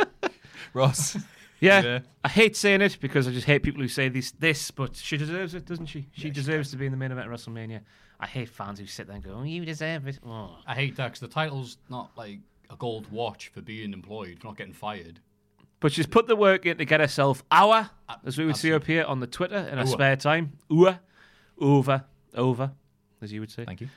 Speaker 2: *laughs*
Speaker 1: Ross,
Speaker 3: Yeah.
Speaker 1: Yeah.
Speaker 3: I hate saying it because I just hate people who say this, this, but she deserves it, doesn't she? She deserves to be in the main event at WrestleMania. I hate fans who sit there and go, oh, you deserve it. Oh.
Speaker 2: I hate that because the title's not like a gold watch for being employed, for not getting fired.
Speaker 3: But she's put the work in to get herself hour, as we would see up here on the Twitter in her spare time. Hour. Over. Over, as you would say.
Speaker 1: thank you.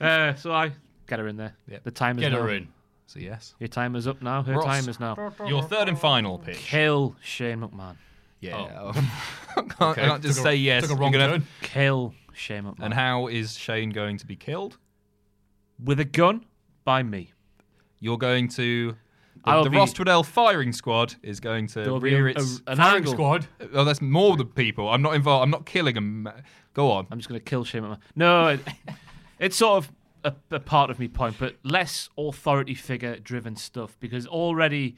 Speaker 3: Uh, so I get her in there.
Speaker 1: Yep.
Speaker 3: The time is
Speaker 2: Get
Speaker 3: now.
Speaker 2: her in.
Speaker 1: So yes,
Speaker 3: Your time is up now. Her
Speaker 1: Ross.
Speaker 3: time is now.
Speaker 1: your third and final pitch.
Speaker 3: Kill Shane McMahon.
Speaker 1: Yeah,
Speaker 2: Oh.
Speaker 1: *laughs* I can't, I can't just
Speaker 2: Took a-
Speaker 1: say yes.
Speaker 2: Took a
Speaker 1: You're
Speaker 2: wrong
Speaker 1: gonna-
Speaker 2: turn.
Speaker 3: Kill Shane McMahon.
Speaker 1: And how is Shane going to be killed?
Speaker 3: With a gun by me.
Speaker 1: You're going to. The,
Speaker 3: I'll
Speaker 1: the
Speaker 3: be-
Speaker 1: Ross Tweddell firing squad is going to
Speaker 3: There'll be
Speaker 1: rear
Speaker 3: a-
Speaker 1: its.
Speaker 3: a- an
Speaker 2: Firing
Speaker 3: angle.
Speaker 2: squad.
Speaker 1: oh, that's more the people. I'm not involved. I'm not killing them. Go on.
Speaker 3: I'm just going to kill Shane McMahon. No, it, *laughs* it's sort of a, a part of me point, but less authority figure driven stuff because already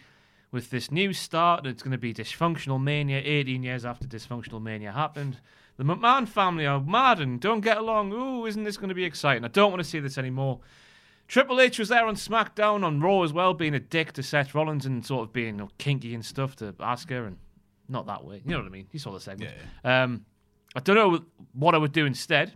Speaker 3: with this new start, it's going to be dysfunctional mania. 18 years after dysfunctional mania happened, the McMahon family are mad and don't get along. Ooh, isn't this going to be exciting? I don't want to see this anymore. Triple H was there on SmackDown on Raw as well, being a dick to Seth Rollins and sort of being you know, kinky and stuff to Asuka and not that way. You know what I mean? You saw the segment. Um, I don't know what I would do instead,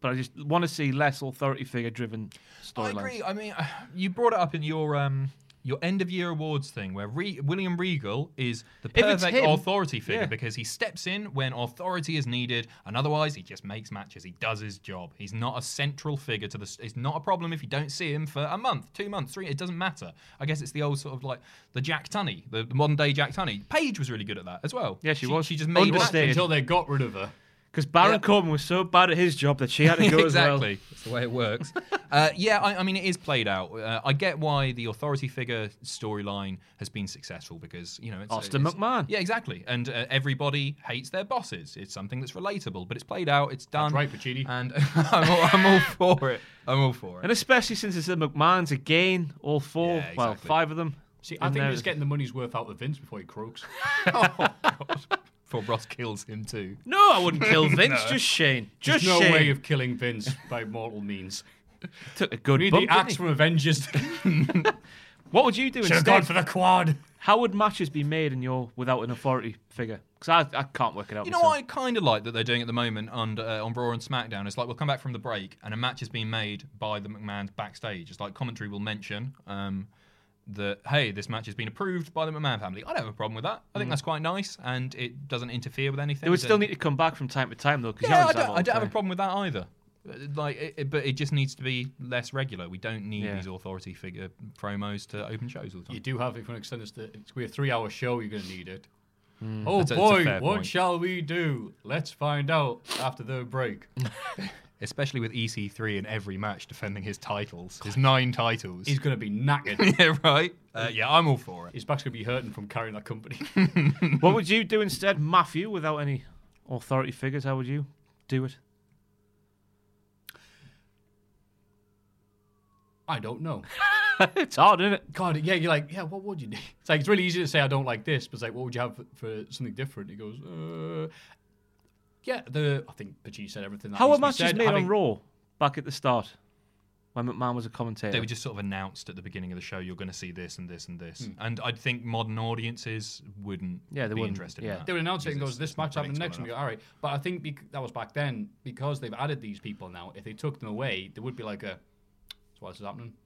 Speaker 3: but I just
Speaker 1: *sighs*
Speaker 3: want to see less authority figure driven storylines.
Speaker 1: I mean, you brought it up in your um, your end of year awards thing where Re- William Regal is the
Speaker 3: If it's
Speaker 1: perfect
Speaker 3: him,
Speaker 1: authority figure
Speaker 3: yeah.
Speaker 1: because he steps in when authority is needed and otherwise he just makes matches. He does his job. He's not a central figure to the. s- It's not a problem if you don't see him for a month, two months, three. It doesn't matter. I guess it's the old sort of like the Jack Tunney, the, the modern day Jack Tunney. Paige was really good at that as well.
Speaker 3: Yeah, she was.
Speaker 1: She just made matches.
Speaker 3: Understated.
Speaker 2: Until they got rid of her.
Speaker 3: Because Baron
Speaker 1: Yeah.
Speaker 3: Corbin was so bad at his job that she had
Speaker 1: *laughs*
Speaker 3: to go as
Speaker 1: exactly.
Speaker 3: well.
Speaker 1: That's the way it works. *laughs* uh, yeah, I, I mean, it is played out. Uh, I get why the authority figure storyline has been successful because you know it's
Speaker 3: Austin
Speaker 1: it's-
Speaker 3: McMahon.
Speaker 1: Yeah, exactly. And uh, everybody hates their bosses. It's something that's relatable, but it's played out. It's done.
Speaker 2: right, Puccini.
Speaker 1: And *laughs* I'm, all, I'm all for it. I'm all for it.
Speaker 3: And especially since it's the McMahons again, all four,
Speaker 1: Yeah,
Speaker 3: well,
Speaker 1: exactly.
Speaker 3: five of them.
Speaker 2: See,
Speaker 3: in
Speaker 2: I think
Speaker 3: there.
Speaker 2: he's getting the money's worth out of Vince before he
Speaker 3: *laughs*
Speaker 2: croaks.
Speaker 1: Before Ross kills him too.
Speaker 3: No, I
Speaker 2: *laughs*
Speaker 3: wouldn't kill Vince, just Shane.
Speaker 2: There's
Speaker 3: Just
Speaker 2: no
Speaker 3: Shane.
Speaker 2: way of killing Vince by mortal means.
Speaker 3: took a good
Speaker 2: We need the
Speaker 3: bump, didn't
Speaker 2: axe
Speaker 3: *laughs* he?
Speaker 2: from
Speaker 3: *laughs*
Speaker 2: Avengers.
Speaker 3: What would you do
Speaker 2: Should have gone
Speaker 3: instead?
Speaker 2: for the quad.
Speaker 3: How would matches be made in your without an authority figure? Because I, I can't work it out.
Speaker 1: You know
Speaker 3: myself.
Speaker 1: what I kind of like that they're doing at the moment on uh, on Raw and SmackDown. It's like we'll come back from the break and a match is being made by the McMahon's backstage. It's like commentary will mention um, that hey, this match has been approved by the McMahon family. I don't have a problem with that. I think that's quite nice and it doesn't interfere with anything.
Speaker 3: They would
Speaker 1: Mm. It-
Speaker 3: still need to come back from time to time though. 'cause you
Speaker 1: yeah,
Speaker 3: know
Speaker 1: I
Speaker 3: it's
Speaker 1: don't,
Speaker 3: all
Speaker 1: I don't have
Speaker 3: the
Speaker 1: a problem with that either. Uh, Like, it, it- but it just needs to be less regular. We don't need
Speaker 3: Yeah.
Speaker 1: these authority figure promos to open shows all the time.
Speaker 2: You do have, if you want to extend this, to, it's we're a three hour show, you're going to need it. Oh
Speaker 1: Hmm. That's a- it's a
Speaker 2: boy,
Speaker 1: fair
Speaker 2: what
Speaker 1: point.
Speaker 2: shall we do? Let's find out after the break.
Speaker 1: Especially with EC3 in every match defending his titles, his nine titles.
Speaker 2: He's going to
Speaker 1: *laughs*
Speaker 2: be
Speaker 3: *laughs*
Speaker 2: knackered.
Speaker 1: yeah, right. Uh, yeah, I'm all for it.
Speaker 2: His back's going to be hurting from carrying that company. *laughs*
Speaker 3: time. What would you do instead, Matthew, without any authority figures? How would you do it? *laughs*
Speaker 2: I don't know.
Speaker 3: It's hard, isn't it?
Speaker 2: God, yeah, you're like, yeah, what would you do? It's like, it's really easy to say, I don't like this, but it's like, what would you have for, for something different? He goes, uh, yeah, the, I think Pachi said everything. That
Speaker 3: How
Speaker 2: needs
Speaker 3: were
Speaker 2: to be
Speaker 3: matches
Speaker 2: said.
Speaker 3: made
Speaker 2: Having-
Speaker 3: on Raw back at the start when McMahon was a commentator?
Speaker 1: They were just sort of announced at the beginning of the show, you're going to see this and this and this. And I think modern audiences wouldn't
Speaker 3: Hmm. Yeah, they
Speaker 1: be
Speaker 3: wouldn't,
Speaker 1: interested
Speaker 3: yeah.
Speaker 1: in that.
Speaker 2: They would announce it and
Speaker 1: because
Speaker 2: goes,
Speaker 1: it's-
Speaker 2: this
Speaker 1: it's not
Speaker 2: match happened the next one.
Speaker 1: predictable
Speaker 2: You go, all right. But I think bec- that was back then because they've added these people now. If they took them away, there would be like a, that's why this is happening.
Speaker 1: enough.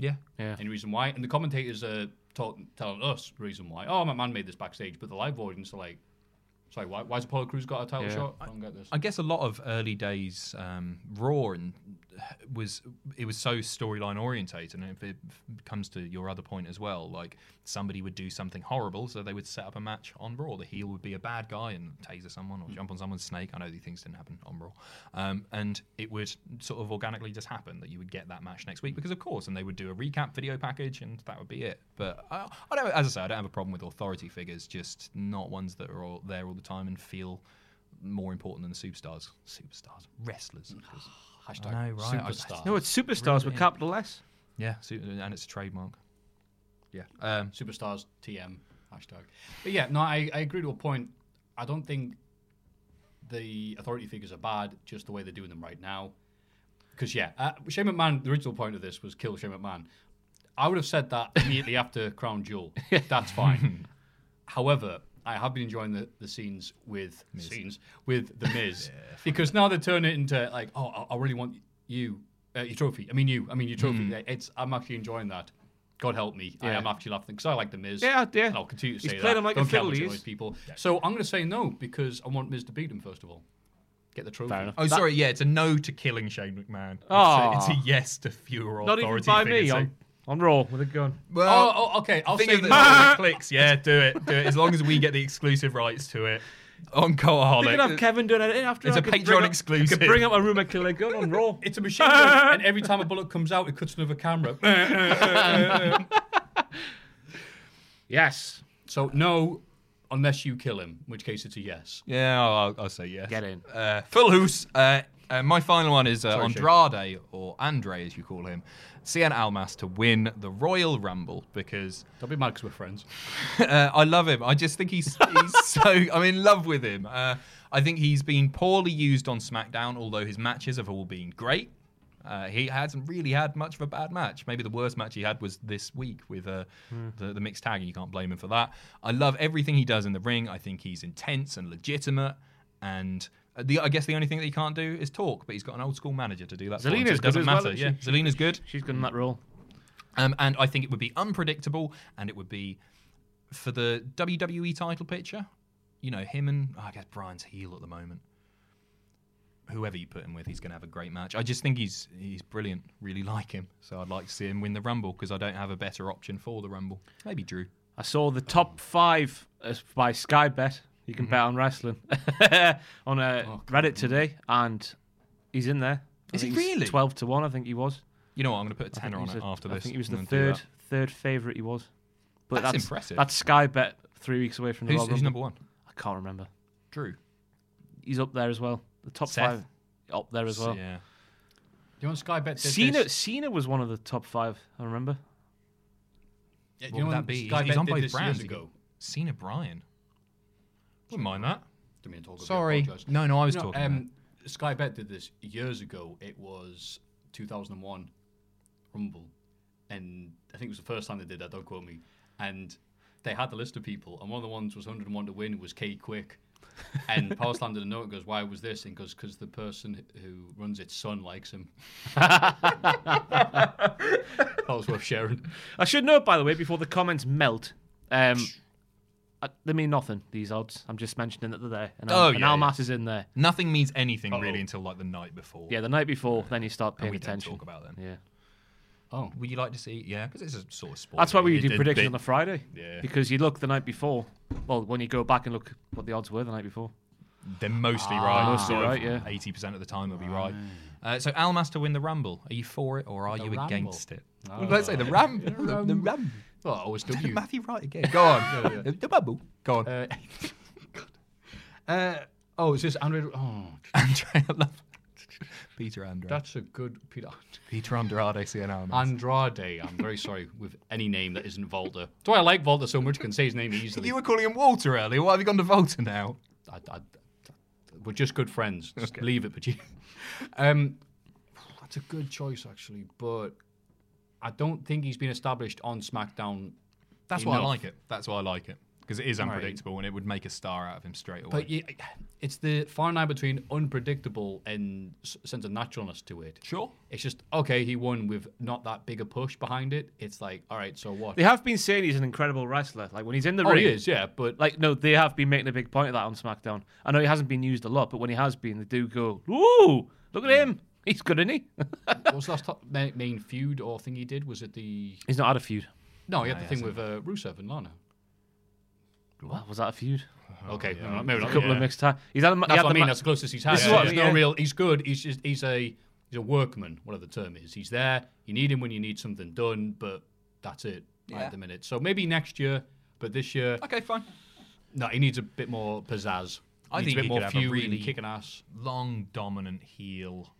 Speaker 1: Yeah.
Speaker 3: yeah.
Speaker 2: Any reason why? And the commentators are talk- telling us reason why. Oh, my man made this backstage, but the live audience are like, sorry, why, why's Apollo Crews got a title
Speaker 3: Yeah.
Speaker 2: shot? I don't get this.
Speaker 1: I guess a lot of early days um, Raw and uh, was it was so storyline orientated, and if it comes to your other point as well, like somebody would do something horrible, so they would set up a match on Raw. The heel would be a bad guy and taser someone or jump on someone's snake. I know these things didn't happen on Raw, um, and it would sort of organically just happen that you would get that match next week because of course, and they would do a recap video package, and that would be it. But I, I don't, as I say, I don't have a problem with authority figures, just not ones that are all, there all the time and feel more important than the superstars. Superstars, wrestlers.
Speaker 3: Mm.
Speaker 2: Hashtag
Speaker 1: I know, right? I-
Speaker 2: superstar.
Speaker 3: No, it's superstars with capital S.
Speaker 1: Yeah, su- and it's a trademark. Yeah. Um,
Speaker 2: superstars TM hashtag. But yeah, no, I, I agree to a point. I don't think the authority figures are bad, just the way they're doing them right now. Because yeah, uh, Shane McMahon. The original point of this was kill Shane McMahon. I would have said that
Speaker 3: *laughs*
Speaker 2: immediately after Crown Jewel. That's fine. However, I have been enjoying the, the scenes with scenes with the
Speaker 3: *laughs*
Speaker 2: Miz because now they turn it into like, oh, I, I really want you uh, your trophy. I mean you. I mean your trophy. It's I'm actually enjoying that. God help me. I
Speaker 3: Mm. Yeah.
Speaker 2: am actually laughing because I like the Miz.
Speaker 3: Yeah, yeah.
Speaker 2: And I'll continue to
Speaker 3: He's
Speaker 2: say
Speaker 3: played
Speaker 2: that.
Speaker 3: him like a
Speaker 2: Don't care how
Speaker 3: fiddle,
Speaker 2: much
Speaker 3: he
Speaker 2: it
Speaker 3: is.
Speaker 2: annoys people. So I'm going to say no because I want Miz to beat him first of all. Get the trophy.
Speaker 3: Fair enough.
Speaker 1: oh, sorry. Yeah, it's a no to killing Shane McMahon. It's, a,
Speaker 3: Aw.
Speaker 1: it's a yes to fewer
Speaker 3: Ah. Not
Speaker 1: authority
Speaker 3: even by me
Speaker 1: figures.
Speaker 3: on, on Raw with a gun.
Speaker 1: well,
Speaker 2: Oh, oh, okay. I'll
Speaker 1: think
Speaker 2: say
Speaker 1: of the,
Speaker 2: that.
Speaker 1: clicks. Yeah, do it. Do it. As long as we get the exclusive rights to it on
Speaker 3: You could have
Speaker 1: Coaholic.
Speaker 3: Kevin doing it after
Speaker 1: uh, It's
Speaker 3: I
Speaker 1: a
Speaker 3: could
Speaker 1: Patreon
Speaker 3: bring up-
Speaker 1: exclusive.
Speaker 3: I could bring up a rumor killer gun on Raw.
Speaker 1: *laughs*
Speaker 2: It's a machine gun, and every time a bullet comes out, it cuts another camera.
Speaker 1: *laughs*
Speaker 3: yes.
Speaker 2: so no, unless you kill him, in which case it's a yes.
Speaker 1: Yeah, I'll, I'll say yes.
Speaker 3: Get in.
Speaker 1: Uh, full house. Uh, uh, my final one is uh, Andrade, or Andre as you call him, Cien Almas to win the Royal Rumble because
Speaker 2: Don't be mad because we're friends.
Speaker 1: Uh, I love him. I just think he's
Speaker 3: *laughs*
Speaker 1: he's so. I'm in love with him. Uh, I think he's been poorly used on SmackDown, although his matches have all been great. Uh, he hasn't really had much of a bad match. Maybe the worst match he had was this week with uh,
Speaker 3: Hmm.
Speaker 1: the, the mixed tag, and you can't blame him for that. I love everything he does in the ring. I think he's intense and legitimate. And uh, the, I guess the only thing that he can't do is talk, but he's got an old school manager to do that. for him, so
Speaker 3: Zelina's
Speaker 1: it doesn't
Speaker 3: good as well,
Speaker 1: matter.
Speaker 3: isn't
Speaker 1: yeah,
Speaker 3: she?
Speaker 1: Zelina's good.
Speaker 3: She's good in that role.
Speaker 1: Um, and I think it would be unpredictable, and it would be for the WWE title picture. You know, him and oh, I guess Brian's heel at the moment. Whoever you put him with, he's going to have a great match. I just think he's he's brilliant. Really like him, so I'd like to see him win the Rumble because I don't have a better option for the Rumble. Maybe Drew.
Speaker 3: I saw the top five uh, by Sky Bet. You
Speaker 1: Mm-hmm.
Speaker 3: can bet on wrestling *laughs* on uh, Reddit today, and he's in there. I
Speaker 1: Oh, Is
Speaker 3: think
Speaker 1: he
Speaker 3: he's
Speaker 1: really?
Speaker 3: Twelve to one, I think he was.
Speaker 1: You know what? I'm going to put a
Speaker 3: I think
Speaker 1: tenner on
Speaker 3: he
Speaker 1: it
Speaker 3: was a-
Speaker 1: after
Speaker 3: I
Speaker 1: this.
Speaker 3: think he was
Speaker 1: I'm
Speaker 3: the
Speaker 1: gonna do
Speaker 3: third third favorite. He was. But
Speaker 1: That's impressive.
Speaker 3: That's Sky Bet three weeks away from
Speaker 1: that. Who's,
Speaker 3: the Royal
Speaker 1: who's
Speaker 3: Rumble.
Speaker 1: number one?
Speaker 3: I can't remember.
Speaker 1: Drew.
Speaker 3: He's up there as well. The top
Speaker 1: Seth?
Speaker 3: five up there as
Speaker 1: Yeah.
Speaker 3: well.
Speaker 2: Do you know when Sky Bet did
Speaker 3: Cena
Speaker 2: this?
Speaker 3: Cena was one of the top five. I remember.
Speaker 2: Yeah, do
Speaker 1: What
Speaker 2: you know
Speaker 1: would
Speaker 2: when
Speaker 1: that be?
Speaker 2: Sky
Speaker 1: he's
Speaker 2: Bet
Speaker 1: on
Speaker 2: did
Speaker 1: both
Speaker 2: this
Speaker 1: brands.
Speaker 2: years ago.
Speaker 1: Cena Bryan. Wouldn't mind that.
Speaker 2: Didn't mean to talk over you,
Speaker 1: Sorry.
Speaker 2: apologise.
Speaker 1: No, no, I was
Speaker 2: You know,
Speaker 1: talking
Speaker 2: Um, Sky Bet did this years ago. It was 2001 Rumble, and I think it was the first time they did that. Don't quote me. And they had the list of people, and one of the ones was 101 to win was K Quick.
Speaker 1: *laughs*
Speaker 2: and Power Slam did a note and goes, Why was this? And goes, Because the person who runs its son
Speaker 1: *laughs*
Speaker 2: likes him. that was worth sharing.
Speaker 3: I should note, by the way, before the comments melt, um, I, they mean nothing. These odds. I'm just mentioning that they're there, and, Al-
Speaker 1: Oh,
Speaker 3: and
Speaker 1: yeah,
Speaker 3: Almas is in there.
Speaker 1: Nothing means anything really until like the night before.
Speaker 3: Yeah, the night before, then you start paying
Speaker 1: we don't
Speaker 3: attention.
Speaker 1: talk about them.
Speaker 3: Yeah,
Speaker 2: Oh,
Speaker 1: Would you like to see? Yeah, because it's a sort of sport.
Speaker 3: that's why we
Speaker 1: really.
Speaker 3: do
Speaker 1: It-
Speaker 3: predictions
Speaker 1: it-
Speaker 3: on the Friday.
Speaker 1: Yeah.
Speaker 3: because you look the night before. Well, when you go back and look what the odds were the night before.
Speaker 1: They're mostly right.
Speaker 3: Ah, Mostly
Speaker 1: sort of
Speaker 3: right, yeah. Ah.
Speaker 1: 80% of the time it'll be right. Uh, so Almas to win the Rumble. Are you for it or are you
Speaker 2: Rumble.
Speaker 1: against it?
Speaker 3: Ah.
Speaker 1: Well, let's say the Rumble. The, the Rumble.
Speaker 2: oh OSW.
Speaker 1: Matthew Wright again. Go on. The- The Rumble. Go on.
Speaker 2: Uh, uh, oh, is this Andre? Oh,
Speaker 1: *laughs* Andrea Love. *laughs* Peter Andrade.
Speaker 2: that's a good Peter
Speaker 1: Peter Andrade, CN Almas.
Speaker 2: Andrade. I'm very
Speaker 3: *laughs*
Speaker 2: sorry with any name that isn't Volta. That's why I like Volta so much. I can say his name easily.
Speaker 3: *laughs*
Speaker 1: you were calling him Walter earlier. Why have you gone to Volta now?
Speaker 2: I, I, we're just good friends. Just leave it, but you. *laughs* Um, that's a good choice actually, but I don't think he's been established on SmackDown.
Speaker 1: That's why I
Speaker 2: Enough.
Speaker 1: like it. That's why I like it. Because it is unpredictable and it would make a star out of him straight away.
Speaker 2: But yeah, it's the fine line between unpredictable and s- sense of naturalness to it.
Speaker 1: sure.
Speaker 2: It's just okay. He won with not that big a push behind it. It's like, all right, so what?
Speaker 3: They have been saying he's an incredible wrestler. Like when he's in the
Speaker 2: oh,
Speaker 3: ring,
Speaker 2: he is, yeah. But
Speaker 3: Like no, they have been making a big point of that on SmackDown. I know he hasn't been used a lot, but when he has been, they do go, "Ooh, look at him! He's good, isn't he?"
Speaker 2: what was the last top ma- main feud or thing he did? Was it the?
Speaker 3: he's not had a feud.
Speaker 2: No, he had the thing with uh, Rusev and Lana.
Speaker 3: Well, was that a feud?
Speaker 2: okay, no, no, maybe
Speaker 3: A
Speaker 2: not.
Speaker 3: couple of mixed tags. He's had. A, he
Speaker 2: Oh, That's
Speaker 3: had
Speaker 2: what I
Speaker 3: the
Speaker 2: mean.
Speaker 3: ma-
Speaker 2: That's the closest he's had.
Speaker 3: This is
Speaker 2: So
Speaker 3: what I
Speaker 2: there's
Speaker 3: mean,
Speaker 2: no
Speaker 3: yeah.
Speaker 2: real. He's good. He's just. He's a. He's a workman. Whatever the term is. He's there. You need him when you need something done. But that's it right
Speaker 1: Yeah.
Speaker 2: at the minute. So maybe next year. But this year,
Speaker 1: Okay, fine.
Speaker 2: no, he needs a bit more pizzazz.
Speaker 1: I
Speaker 2: He
Speaker 1: think
Speaker 2: needs a bit
Speaker 1: he
Speaker 2: more
Speaker 1: could have a
Speaker 2: feud
Speaker 1: really-
Speaker 2: and kicking ass.
Speaker 1: Long, dominant heel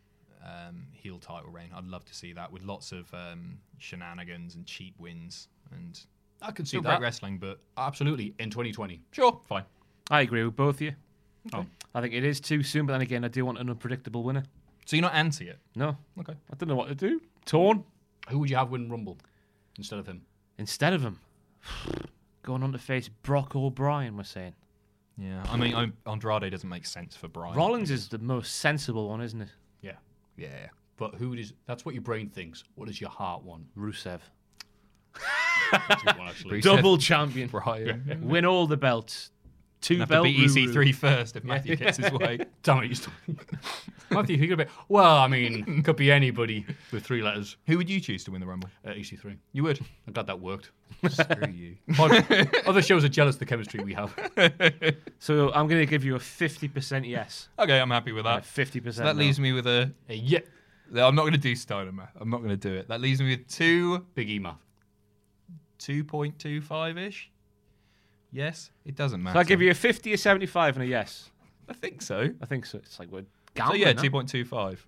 Speaker 1: um, heel title reign. I'd love to see that with lots of um, shenanigans and cheap wins and
Speaker 2: I can see
Speaker 1: still great
Speaker 2: that.
Speaker 1: wrestling, but
Speaker 2: Absolutely in 2020.
Speaker 1: sure, fine.
Speaker 3: I agree with both of you. I think it is too soon, but then again, I do want an unpredictable winner.
Speaker 1: So you're not anti it?
Speaker 3: No,
Speaker 1: Okay.
Speaker 3: I don't know what to do. Torn
Speaker 2: Who would you have win Rumble instead of him?
Speaker 3: instead of him, *sighs* going on to face Brock O'Brien. We're saying
Speaker 1: Yeah. I mean, i Andrade doesn't make sense for Brian.
Speaker 3: Rollins is the most sensible one, isn't it?
Speaker 2: Yeah.
Speaker 1: Yeah.
Speaker 2: But who does? That's what your brain thinks. What does your heart
Speaker 1: *laughs*
Speaker 2: want?
Speaker 3: Rusev,
Speaker 2: That's a good one, actually.
Speaker 3: double champion,
Speaker 1: Brian.
Speaker 3: win all the belts, two
Speaker 1: Have to
Speaker 3: belt
Speaker 1: beat
Speaker 2: E
Speaker 3: Ruru.
Speaker 1: EC3 first if Matthew gets his way.
Speaker 2: Damn it, you still. *laughs* Matthew, think about. Well, I mean, could be anybody with three letters.
Speaker 1: *laughs* Who would you choose to win the Rumble?
Speaker 2: Uh, EC3.
Speaker 1: You would.
Speaker 2: I'm glad that worked.
Speaker 1: Screw you.
Speaker 2: *laughs* Pod- Other shows are jealous of the chemistry we have. Uh,
Speaker 3: So I'm going to give you a fifty percent yes,
Speaker 1: Okay, I'm happy with that.
Speaker 3: fifty percent.
Speaker 1: that leaves me with a
Speaker 2: Uh, yeah,
Speaker 1: No, I'm not going to do Steiner math. I'm not going to do it. That leaves me with two,
Speaker 2: Big E math.
Speaker 1: two point two five ish. Yes, it doesn't matter.
Speaker 3: So I give you a fifty, a seventy-five, and a yes.
Speaker 1: I think so.
Speaker 3: I think so. It's like we're
Speaker 1: So
Speaker 3: gambling.
Speaker 1: yeah,
Speaker 3: huh?
Speaker 1: two point two five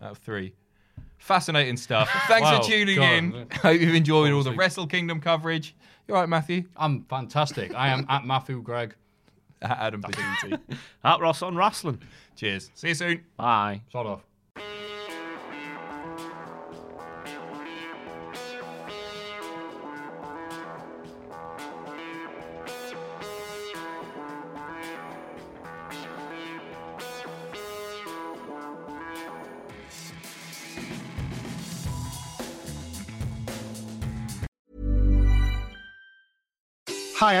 Speaker 1: out of three. Fascinating
Speaker 3: *laughs*
Speaker 1: stuff. Thanks
Speaker 2: Wow,
Speaker 1: for tuning
Speaker 2: God.
Speaker 1: in. *laughs* Hope you've enjoyed all the Wrestle Kingdom coverage. You're right, Matthew.
Speaker 2: I'm fantastic. I am at Matthew Greg.
Speaker 1: At Adam *laughs* Pacini.
Speaker 3: At Ross on wrestling.
Speaker 1: Cheers. See you soon.
Speaker 3: Bye.
Speaker 2: Sort of.
Speaker 5: Hi,